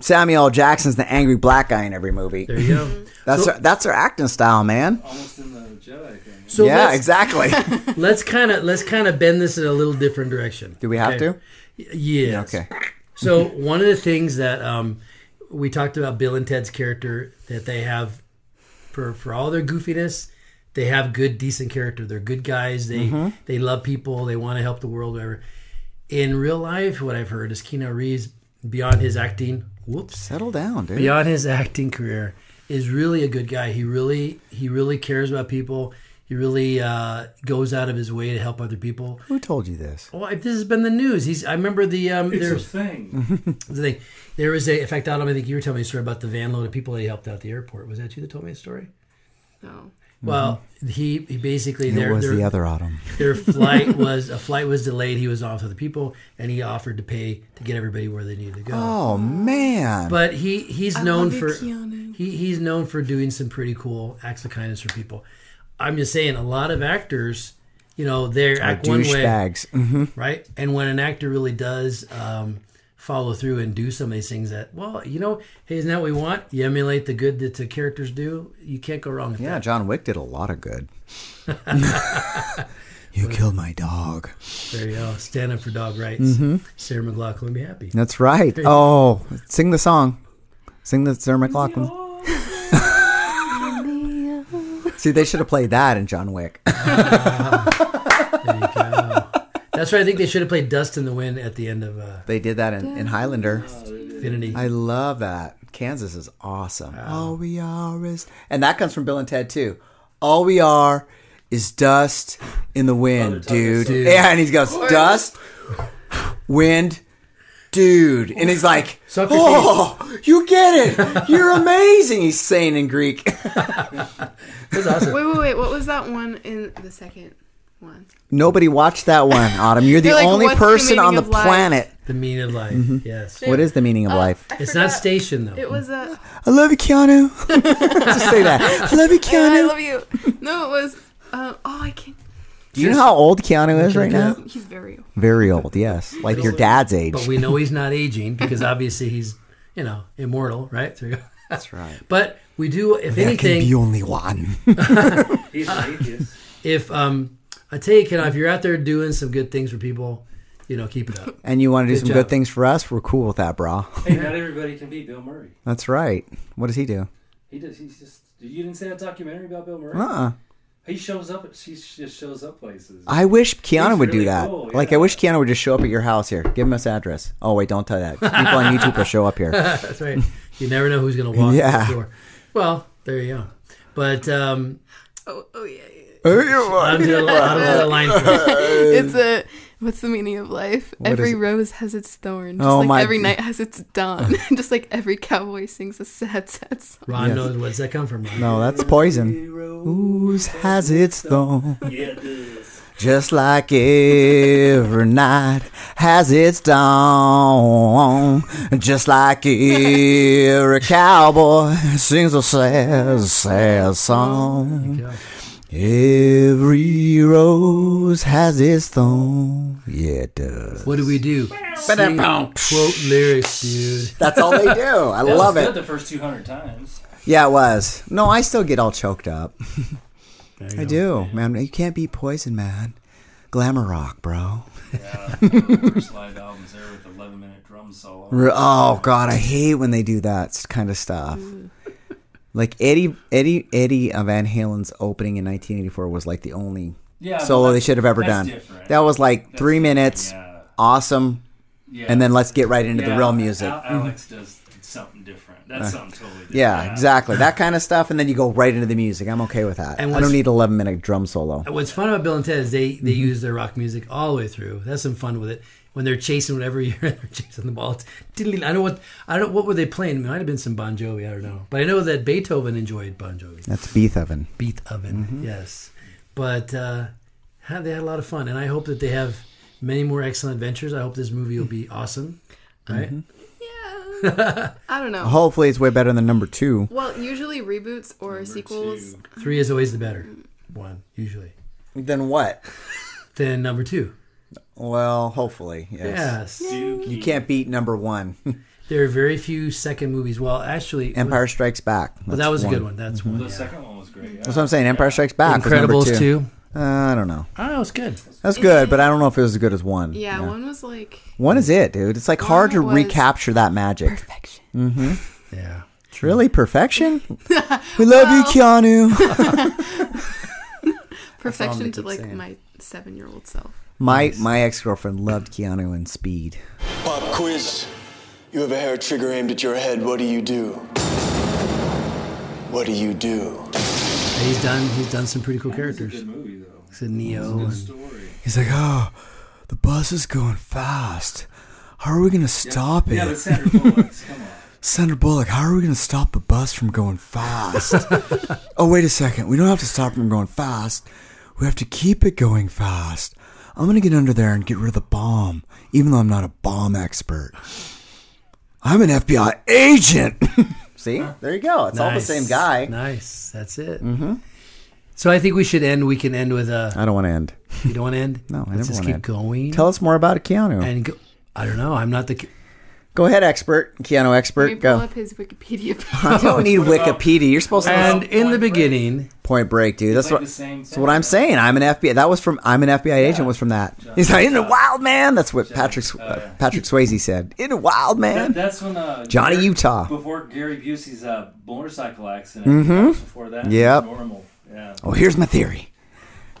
Speaker 6: Samuel L. Jackson's the angry black guy in every movie.
Speaker 5: There you go.
Speaker 6: That's
Speaker 5: So- Oh,
Speaker 6: our, that's their acting style, man.
Speaker 8: Almost in the Jedi thing.
Speaker 5: So
Speaker 6: yeah,
Speaker 5: let's,
Speaker 6: exactly.
Speaker 5: let's kind of let's kind of bend this in a little different direction.
Speaker 6: Do we have
Speaker 5: okay?
Speaker 6: to?
Speaker 5: Yeah.
Speaker 6: Okay.
Speaker 5: So one of the things that um, we talked about Bill and Ted's character that they have for for all their goofiness, they have good decent character. They're good guys. They they love people. They want to help the world. Whatever. In real life, what I've heard is Keanu Reeves beyond his acting. Whoops.
Speaker 6: Settle down, dude.
Speaker 5: Beyond his acting career, is really a good guy. He really he really cares about people. He really uh, goes out of his way to help other people.
Speaker 6: Who told you this?
Speaker 5: Well, if this has been the news. He's. I remember the um.
Speaker 8: It's
Speaker 5: there,
Speaker 8: a thing.
Speaker 5: the thing. There was a. In fact, Adam, I think you were telling me a story about the van load of people that he helped out at the airport. Was that you that told me the story?
Speaker 7: No.
Speaker 5: Well, he, he basically
Speaker 6: Mm-hmm. It
Speaker 5: their
Speaker 6: was
Speaker 5: their,
Speaker 6: the other autumn.
Speaker 5: their flight was a flight was delayed. He was off with the people, and he offered to pay to get everybody where they needed to go.
Speaker 6: Oh man!
Speaker 5: But he he's
Speaker 7: I
Speaker 5: known
Speaker 7: love you,
Speaker 5: for
Speaker 7: Keanu.
Speaker 5: he he's known for doing some pretty cool acts of kindness for people. I'm just saying, a lot of actors, you know, they
Speaker 6: Are
Speaker 5: act one way,
Speaker 6: douchebags. Mhm.
Speaker 5: right? And when an actor really does um, follow through and do some of these things that, well, you know, hey, isn't that what we want? You emulate the good that the characters do. You can't go wrong with
Speaker 6: Yeah,
Speaker 5: that.
Speaker 6: John Wick did a lot of good. you killed my dog.
Speaker 5: There you go. Stand up for dog rights.
Speaker 6: Mm-hmm.
Speaker 5: Sarah McLaughlin, be happy.
Speaker 6: That's right. Oh, sing the song. Sing the Sarah McLaughlin. See, they should have played that in John Wick.
Speaker 5: There you go. That's why I think they should have played Dust in the Wind at the end of uh,
Speaker 6: They did that in, in Highlander.
Speaker 5: Infinity.
Speaker 6: I love that. Kansas is awesome. All we are is, and that comes from Bill and Ted too. All we are is dust in the wind, dude. Yeah, and he goes dust, wind, dude, and he's like,
Speaker 5: Suck your
Speaker 6: "Oh, you get it. You're amazing." He's saying in Greek.
Speaker 5: That's awesome.
Speaker 7: Wait, wait, wait. What was that one in the second one?
Speaker 6: Nobody watched that one, Autumn. You're the
Speaker 7: You're like,
Speaker 6: only
Speaker 7: what's the
Speaker 6: person on
Speaker 7: meaning
Speaker 6: the
Speaker 7: of life? Oh.
Speaker 6: planet.
Speaker 5: The meaning of life.
Speaker 6: Mm-hmm.
Speaker 5: Yes.
Speaker 6: What is the meaning of life?
Speaker 7: I
Speaker 5: It's not
Speaker 7: forgot.
Speaker 5: station though.
Speaker 7: It was a.
Speaker 6: I love you, Keanu. Just say that. I love you, Keanu.
Speaker 7: I love you. No, it was. Uh, oh, I can't.
Speaker 6: Do you know how old Keanu is right
Speaker 5: do
Speaker 6: now?
Speaker 5: it.
Speaker 7: He's very. old.
Speaker 6: Very old, yes. Like your dad's age.
Speaker 5: but we know he's not aging because obviously he's you know immortal, right? So we go-
Speaker 6: That's right.
Speaker 5: but we do if
Speaker 6: There can
Speaker 5: anything
Speaker 6: be only one.
Speaker 8: He's an atheist.
Speaker 5: if um I tell you, Ken, if you're out there doing some good things for people, you know, keep it up.
Speaker 6: and you want to do
Speaker 5: Good
Speaker 6: some
Speaker 5: job.
Speaker 6: good things for us? We're cool with that, brah.
Speaker 8: Hey, not everybody can be Bill Murray.
Speaker 6: That's right. What does he do?
Speaker 8: He does. He's just. You didn't see that documentary about Bill Murray?
Speaker 6: Uh uh
Speaker 5: Uh-uh.
Speaker 8: He shows up. at- She just shows up places.
Speaker 6: I wish Keanu
Speaker 8: He's
Speaker 6: would do
Speaker 8: really
Speaker 6: that.
Speaker 8: cool,
Speaker 6: Like, I
Speaker 8: yeah.
Speaker 6: wish Keanu would just show up at your house here. Give him his address. Oh, wait, don't tell that. People on YouTube will show up here.
Speaker 5: That's right. You never know who's going to walk through
Speaker 6: Yeah.
Speaker 5: the door. Well, there you go. But um,
Speaker 7: Oh, oh yeah, yeah. yeah.
Speaker 6: uh,
Speaker 5: out of the, out of the line. first.
Speaker 7: It's a. What's the meaning of life?
Speaker 6: is
Speaker 7: every
Speaker 6: it?
Speaker 7: rose has its thorn. Just
Speaker 6: Oh
Speaker 7: like
Speaker 6: my- Uh.
Speaker 7: every night has its dawn. just like every cowboy sings a sad, sad song.
Speaker 5: Ron
Speaker 6: Yes.
Speaker 5: knows where's that come from. Ron?
Speaker 6: no, that's poison. Whose has its thorn?
Speaker 8: Yeah, it is.
Speaker 6: Just like every night has its dawn. Just like every cowboy sings a sad, sad song.
Speaker 5: Yeah.
Speaker 6: Every rose has its thorn. Yeah, it does.
Speaker 5: What do we do? Sing, quote lyrics, dude.
Speaker 6: That's all they do. I
Speaker 8: That
Speaker 6: love
Speaker 8: was good
Speaker 6: it.
Speaker 8: The first two hundred times.
Speaker 6: Yeah, it was. No, I still get all choked up.
Speaker 5: There you
Speaker 6: I
Speaker 5: go.
Speaker 6: do, man. You can't beat poison, man. Glamour rock, bro.
Speaker 8: First live albums there with eleven minute drum solo.
Speaker 6: R- Oh God, I hate when they do that s- kind of stuff. Like Eddie, Eddie, Eddie Van Halen's opening in 1984 was like the only
Speaker 8: Yeah, but
Speaker 6: solo they
Speaker 8: that's-
Speaker 6: should have ever
Speaker 8: that's
Speaker 6: done.
Speaker 8: different.
Speaker 6: That was like three
Speaker 8: different,
Speaker 6: minutes,
Speaker 8: yeah.
Speaker 6: awesome,
Speaker 8: Yeah.
Speaker 6: and then let's get right into the
Speaker 8: Yeah,
Speaker 6: real music. Mm-hmm. Uh,
Speaker 8: Al- Alex does something different. That's something totally different.
Speaker 6: yeah, exactly. That kind of stuff, and then you go right into the music. I'm okay with that.
Speaker 5: And
Speaker 6: I
Speaker 5: what's-
Speaker 6: don't need 11 minute drum solo.
Speaker 5: What's fun about Bill and Ted is they
Speaker 6: Mm-hmm.
Speaker 5: they use their rock music all the way through. That's some fun with it. When they're chasing whatever you're they're chasing the ball. It's, diddly- I know what I don't what were they playing? It might have been some Bon Jovi, I don't know. But I know that Beethoven enjoyed Bon Jovi.
Speaker 6: That's Beethoven.
Speaker 5: Beat oven,
Speaker 6: Mm-hmm.
Speaker 5: yes. But uh ha- they had a lot of fun and I hope that they have many more excellent ventures. I hope this movie will be awesome.
Speaker 6: Mm-hmm.
Speaker 5: Right?
Speaker 7: Yeah. I don't know.
Speaker 6: Hopefully, it's way better than number two.
Speaker 7: Well, usually reboots or sequels.
Speaker 8: two.
Speaker 5: Three is always the better one, usually.
Speaker 6: Then what?
Speaker 5: Then number two.
Speaker 6: Well, hopefully, yes.
Speaker 5: Yes.
Speaker 6: You can't beat number one.
Speaker 5: There are very few second movies. Well actually
Speaker 6: Empire Strikes Back.
Speaker 5: well, that was a good one. That's one.
Speaker 8: The second one was great.
Speaker 6: That's what I'm saying. Empire Strikes Back. was Ah, number
Speaker 5: Incredibles
Speaker 6: two.
Speaker 5: two.
Speaker 6: Uh, I don't know.
Speaker 5: Oh, it's good.
Speaker 6: That's good, but I don't know if it was as good as one.
Speaker 7: Yeah, one was like
Speaker 6: One is it, dude. It's like
Speaker 7: One
Speaker 6: hard to
Speaker 7: was-
Speaker 6: recapture that magic.
Speaker 7: perfection.
Speaker 5: Yeah.
Speaker 6: It's really perfection. we love you, Keanu.
Speaker 7: Perfection to
Speaker 6: keep
Speaker 7: like
Speaker 6: saying.
Speaker 7: my seven year old self.
Speaker 6: my my ex girlfriend loved Keanu in Speed.
Speaker 10: Pop quiz. You have a hair trigger aimed at your head. What do you do? What do you do?
Speaker 5: And he's done. He's done some pretty cool characters. It's a movie though. He said Neo. and-
Speaker 6: He's like, oh, the bus is going fast. How are we gonna stop
Speaker 8: yeah,
Speaker 6: it?
Speaker 8: but Sandra Bullock, come on.
Speaker 6: Sandra Bullock, how are we gonna stop the bus from going fast? oh, wait a second. We don't have to stop it from going fast. We have to keep it going fast. I'm gonna get under there and get rid of the bomb, even though I'm not a bomb expert. I'm an FBI agent. See, there you go. It's all the
Speaker 5: Nice.
Speaker 6: same guy.
Speaker 5: Nice. That's it. Mm-hmm. So I think we should end. We can end with a.
Speaker 6: I don't want to end.
Speaker 5: You don't want to end?
Speaker 6: No, I
Speaker 5: Let's
Speaker 6: never
Speaker 5: just
Speaker 6: want
Speaker 5: keep
Speaker 6: to.
Speaker 5: going.
Speaker 6: Tell us more about Keanu.
Speaker 5: and go, I don't know. I'm not the. ki-
Speaker 6: Go ahead, expert. Keanu
Speaker 7: Let me
Speaker 6: expert.
Speaker 7: pull
Speaker 6: Go.
Speaker 7: up his Wikipedia
Speaker 6: You
Speaker 7: page.
Speaker 6: don't need Wikipedia. You're supposed to
Speaker 5: And in the beginning,
Speaker 6: Point Break, dude. That's
Speaker 8: It's like
Speaker 6: what.
Speaker 8: the same
Speaker 6: That's what I'm saying. I'm an FBI. That was from. I'm an FBI agent. Was from that. He's like in the wild man. That's what Patrick Sw- uh, Patrick Swayze said. In the wild
Speaker 8: That,
Speaker 6: man.
Speaker 8: that's when uh,
Speaker 6: Johnny
Speaker 8: Gary-
Speaker 6: Utah. Mm-hmm.
Speaker 8: before Gary Busey's uh, motorcycle accident. That was Before that,
Speaker 6: Yep.
Speaker 8: it was normal. Yeah.
Speaker 6: Oh, here's my theory.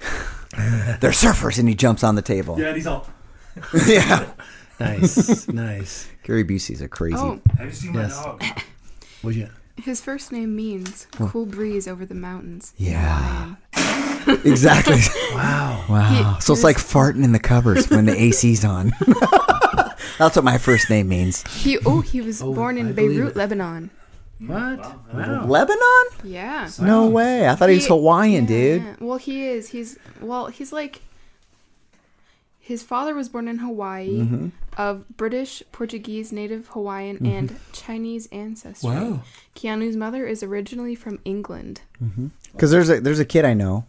Speaker 6: They're surfers, and he jumps on the table.
Speaker 8: Yeah, and he's all.
Speaker 6: yeah.
Speaker 5: nice, nice.
Speaker 6: Gary Busey's a crazy.
Speaker 7: Oh,
Speaker 8: Have you seen
Speaker 5: Yes.
Speaker 8: my dog?
Speaker 5: What you?
Speaker 7: his first name means cool breeze over the mountains.
Speaker 6: Yeah. exactly.
Speaker 5: Wow.
Speaker 6: Wow. So it's like farting in the covers when the AC's on. That's what my first name means.
Speaker 7: He oh he was born in
Speaker 5: I believe
Speaker 7: Beirut,
Speaker 5: it.
Speaker 7: Lebanon.
Speaker 5: What? Wow.
Speaker 6: Lebanon?
Speaker 7: Yeah.
Speaker 6: No way. I thought he was
Speaker 7: He-
Speaker 6: Hawaiian, dude.
Speaker 7: Yeah. Well, he is. He's well, he's like his father was born in Hawaii
Speaker 6: Mm-hmm.
Speaker 7: of British, Portuguese, Native Hawaiian, and Chinese ancestry.
Speaker 5: Wow.
Speaker 7: Keanu's mother is originally from England.
Speaker 6: Because there's a there's a kid I know,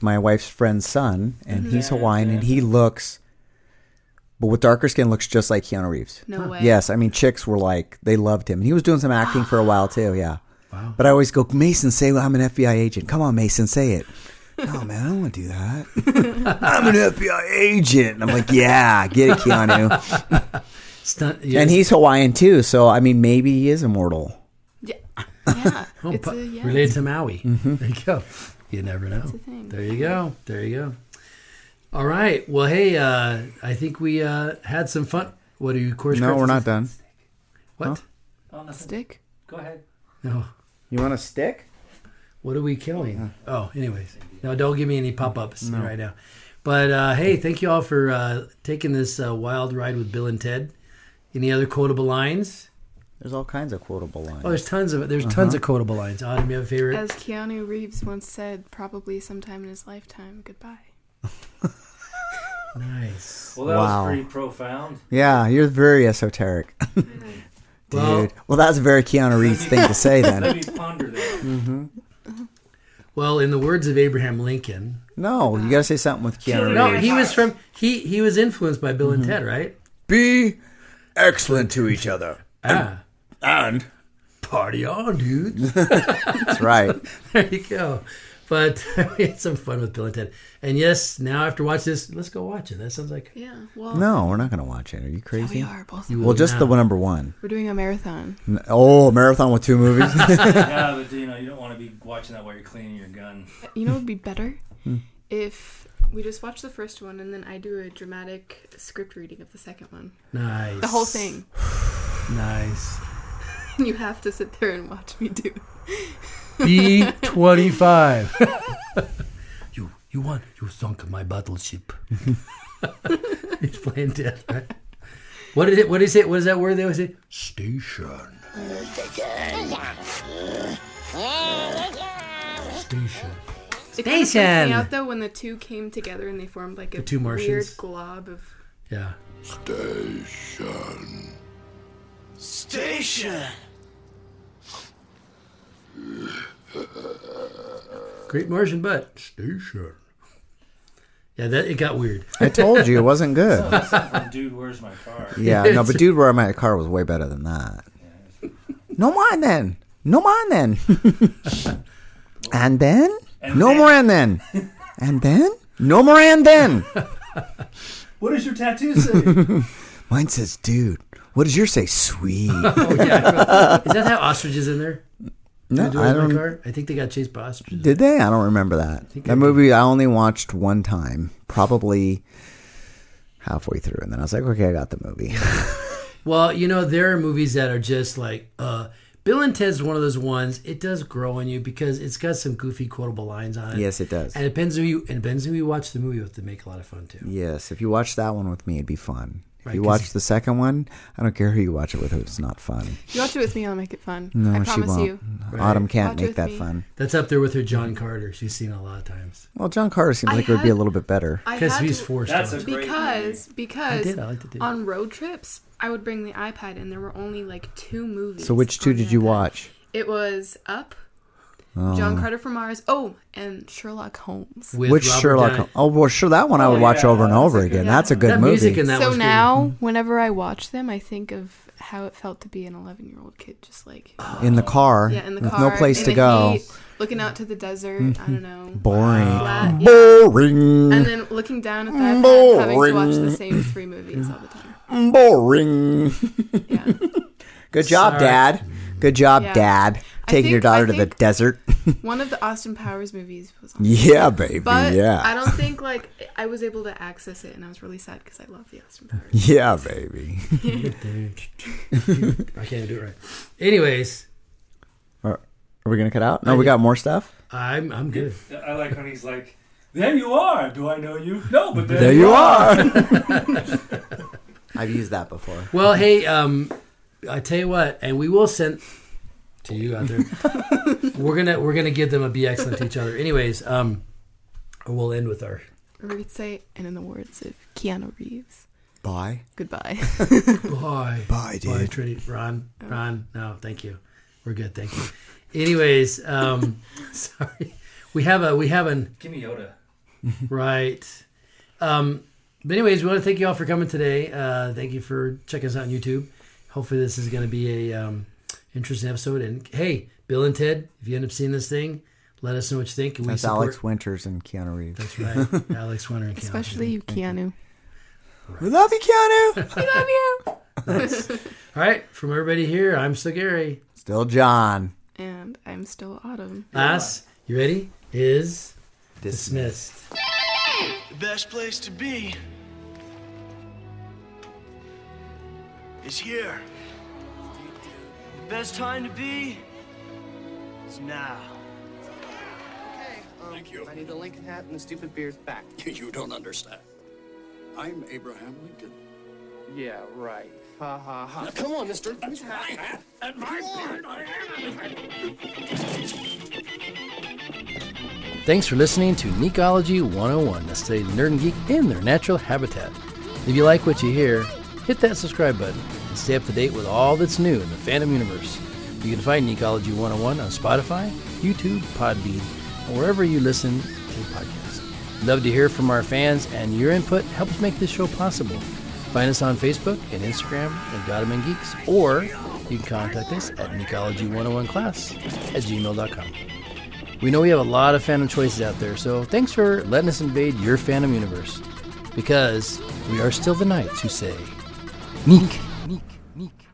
Speaker 6: my wife's friend's son, and he's Hawaiian, and he looks, but with darker skin, looks just like Keanu Reeves.
Speaker 7: No way.
Speaker 6: Yes, I mean chicks were like they loved him, and he was doing some acting for a while too. Yeah. Wow. But I always go, Mason, say I'm an FBI agent. Come on, Mason, say it. No, man, I don't want to do that. I'm an FBI agent. And I'm like, yeah, get it, Keanu.
Speaker 5: Stunt,
Speaker 6: And he's Hawaiian too, so I mean, maybe he is immortal.
Speaker 7: Yeah. Yeah.
Speaker 5: oh,
Speaker 7: it's
Speaker 5: pu-
Speaker 7: a, yeah.
Speaker 5: related to Maui.
Speaker 6: Mm-hmm.
Speaker 5: There you go. You never know.
Speaker 7: a thing.
Speaker 5: There you go. There you go. All right. Well, hey, uh, I think we uh, had some fun. What are you? Course
Speaker 6: No,
Speaker 5: correct?
Speaker 6: we're not done.
Speaker 5: What?
Speaker 8: Oh, nothing.
Speaker 7: Stick.
Speaker 8: Go ahead.
Speaker 5: No.
Speaker 6: You want a stick?
Speaker 5: What are we killing? Oh, anyways. No, don't give me any pop ups right now. But uh, hey, thank you all for uh, taking this uh, wild ride with Bill and Ted. Any other quotable lines?
Speaker 6: There's all kinds of quotable lines.
Speaker 5: Oh, there's tons of there's tons of quotable lines. Autumn, you have a favorite?
Speaker 7: As Keanu Reeves once said, probably sometime in his lifetime. Goodbye.
Speaker 5: nice.
Speaker 8: Well, that
Speaker 6: Wow.
Speaker 8: was pretty profound.
Speaker 6: Yeah, you're very esoteric, dude.
Speaker 7: Mm-hmm.
Speaker 5: Well,
Speaker 6: Well, that's a very Keanu Reeves thing to say.
Speaker 8: Let
Speaker 6: Then
Speaker 8: me ponder that.
Speaker 5: well, in the words of Abraham Lincoln,
Speaker 6: no, you gotta say something with Keanu.
Speaker 5: no, he was from he he was influenced by Bill and Ted, right?
Speaker 6: Be excellent to each other.
Speaker 5: Ah,
Speaker 6: And
Speaker 5: party on, dude.
Speaker 6: that's right.
Speaker 5: There you go. But we had some fun with Bill and Ted. And yes, now after watching this, let's go watch it. That sounds like
Speaker 7: Yeah. Well,
Speaker 6: No, we're not gonna watch it. Are you
Speaker 7: yeah, we
Speaker 6: crazy?
Speaker 7: are both.
Speaker 5: You
Speaker 6: Well, just
Speaker 5: now.
Speaker 6: the one number one.
Speaker 7: We're doing a marathon.
Speaker 6: N- Oh, marathon with two movies.
Speaker 8: yeah, but you know, you don't want to be watching that while you're cleaning your gun.
Speaker 7: You know, it would be better if we just watch the first one and then I do a dramatic script reading of the second one.
Speaker 5: nice.
Speaker 7: The whole thing.
Speaker 5: Nice.
Speaker 7: You have to sit there and watch me do. it.
Speaker 5: B twenty five. You you won. You sunk my battleship. He's playing death. Right? What is it? What is it? What is that word they always say? Station. Station.
Speaker 7: It kind of freaked
Speaker 5: Station.
Speaker 7: me out though when the two came together and they formed like a
Speaker 5: two
Speaker 7: weird
Speaker 5: Martians.
Speaker 7: glob of.
Speaker 5: Yeah. Great Martian butt. Station. Yeah, that it got weird.
Speaker 6: I told you it wasn't good.
Speaker 8: Or, Oh, Dude, where's my car?
Speaker 6: Yeah, no, but dude, where my car was way better than that. No mine then. No mine then. and then
Speaker 8: And
Speaker 6: no
Speaker 8: then-
Speaker 6: more and then and then no more and then.
Speaker 8: What does your tattoo say?
Speaker 6: Mine says, dude. What does yours say? Sweet.
Speaker 5: Oh yeah. Is that how ostriches in there?
Speaker 6: no,
Speaker 5: They do
Speaker 6: I
Speaker 5: it in my
Speaker 6: don't.
Speaker 5: car? I think they got chased by ostriches.
Speaker 6: Did they? I don't remember that.
Speaker 5: think
Speaker 6: That
Speaker 5: they
Speaker 6: movie I only watched one time, probably halfway through, and then I was like, okay, I got the movie.
Speaker 5: Well, you know, there are movies that are just like uh, Bill and Ted's one of those ones. It does grow on you because it's got some goofy quotable lines on it.
Speaker 6: Yes, it does.
Speaker 5: And it depends who you and it depends who you watch the movie with to make a lot of fun too.
Speaker 6: Yes, if you watch that one with me, it'd be fun. If
Speaker 5: Right,
Speaker 6: you
Speaker 5: 'cause
Speaker 6: watch
Speaker 5: it's-
Speaker 6: the second one, I don't care who you watch it with, it's not fun.
Speaker 7: You watch it with me, I'll make it fun.
Speaker 6: No,
Speaker 7: I
Speaker 6: she
Speaker 7: promise
Speaker 6: won't.
Speaker 7: you.
Speaker 6: Autumn can't
Speaker 7: Watch
Speaker 6: make
Speaker 7: with
Speaker 6: that
Speaker 7: me.
Speaker 6: fun.
Speaker 5: That's up there with her John Carter. She's seen a lot of times.
Speaker 6: Well, John Carter seems
Speaker 7: I
Speaker 6: like it would be a
Speaker 7: had-
Speaker 6: little bit better.
Speaker 7: I
Speaker 5: Because
Speaker 7: had
Speaker 5: he's
Speaker 7: to-
Speaker 5: forced
Speaker 8: That's
Speaker 5: on
Speaker 8: a
Speaker 5: it.
Speaker 8: great
Speaker 7: because because
Speaker 5: I did, I liked it, too.
Speaker 7: on road trips I would bring the iPad and there were only like two movies.
Speaker 6: So, which two
Speaker 7: on the
Speaker 6: did you
Speaker 7: iPad.
Speaker 6: watch?
Speaker 7: It was Up, John Carter from Mars. Oh, and Sherlock Holmes.
Speaker 5: With
Speaker 6: Which
Speaker 5: Robert
Speaker 6: Sherlock?
Speaker 5: Downey-
Speaker 6: Hol- Oh, well, sure, that one I would watch
Speaker 8: yeah,
Speaker 6: over and
Speaker 8: that's
Speaker 6: over
Speaker 8: a good-
Speaker 6: again. That's a good
Speaker 5: That
Speaker 6: movie.
Speaker 5: music in that
Speaker 7: so
Speaker 5: was good.
Speaker 7: now, whenever I watch them, I think of how it felt to be an 11 year old kid, just like
Speaker 6: in the car,
Speaker 7: yeah, in the
Speaker 6: with
Speaker 7: car,
Speaker 6: no place
Speaker 7: in
Speaker 6: to
Speaker 7: the
Speaker 6: go.
Speaker 7: heat, looking out to the desert. I don't know,
Speaker 6: Boring.
Speaker 7: Flat, yeah.
Speaker 6: Boring.
Speaker 7: and then looking down at the iPad, having to watch the same three movies all the time.
Speaker 6: Boring.
Speaker 7: Yeah.
Speaker 6: Good job,
Speaker 5: Sorry.
Speaker 6: Dad. Good job,
Speaker 7: Yeah.
Speaker 6: Dad.
Speaker 7: I
Speaker 6: Taking your
Speaker 7: think- I
Speaker 6: daughter to the
Speaker 7: think-
Speaker 6: desert.
Speaker 7: One of the Austin Powers movies was on.
Speaker 6: yeah, baby.
Speaker 7: But
Speaker 6: yeah.
Speaker 7: I don't think like I was able to access it, and I was really sad because I love the Austin Powers.
Speaker 6: yeah, baby.
Speaker 5: I can't do it right. Anyways,
Speaker 6: Are, are we gonna cut out? No,
Speaker 5: I
Speaker 6: we
Speaker 5: did-
Speaker 6: got more stuff.
Speaker 5: I'm I'm good.
Speaker 8: I like when he's like, "There you are. Do I know you? No, but there,
Speaker 6: There you are. I've used that before.
Speaker 5: Well, hey, um, I tell you what, and we will send to you out there. we're gonna we're gonna give them a be excellent to each other. Anyways, um, we'll end with our
Speaker 7: Or we'd say, and in the words of Keanu Reeves,
Speaker 6: Bye.
Speaker 7: goodbye.
Speaker 5: bye
Speaker 6: Bye,
Speaker 5: bye
Speaker 6: dude.
Speaker 5: Trinity Ron Ron. No, thank you. We're good. Thank you. Anyways, um, sorry. We have a we have an
Speaker 8: Give me Yoda.
Speaker 5: Right. Um, but anyways, we want to thank you all for coming today. Uh, thank you for checking us out on YouTube. Hopefully, this is going to be a um, interesting episode. And hey, Bill and Ted, if you end up seeing this thing, let us know what you think. And we
Speaker 6: That's
Speaker 5: support-
Speaker 6: Alex Winters and Keanu Reeves.
Speaker 5: That's right, Alex Winter and Keanu.
Speaker 7: Especially you, Keanu.
Speaker 6: We love you, Keanu.
Speaker 7: We love you.
Speaker 5: All right, from everybody here, I'm still Gary.
Speaker 6: Still John.
Speaker 7: And I'm still Autumn.
Speaker 5: Lass, you ready? Is dismissed.
Speaker 10: The best place to be is here. The best time to be is now.
Speaker 11: Thank you. I need the Lincoln hat and the stupid beard back.
Speaker 10: You don't understand. I'm Abraham Lincoln.
Speaker 11: Yeah, right. Ha ha ha.
Speaker 10: Come on, mister. That's my hat. That's my beard.
Speaker 5: Thanks for listening to Necology 101, the study of the nerd and geek in their natural habitat. If you like what you hear, hit that subscribe button and stay up to date with all that's new in the fandom universe. You can find Necology 101 on Spotify, YouTube, Podbean, and wherever you listen to podcasts. Love to hear from our fans, and your input helps make this show possible. Find us on Facebook and Instagram at Gotham and Geeks, or you can contact us at Necology101class at gmail.com. We know we have a lot of fandom choices out there, so thanks for letting us invade your fandom universe. Because we are still the knights who say, Neek, Neek, Neek.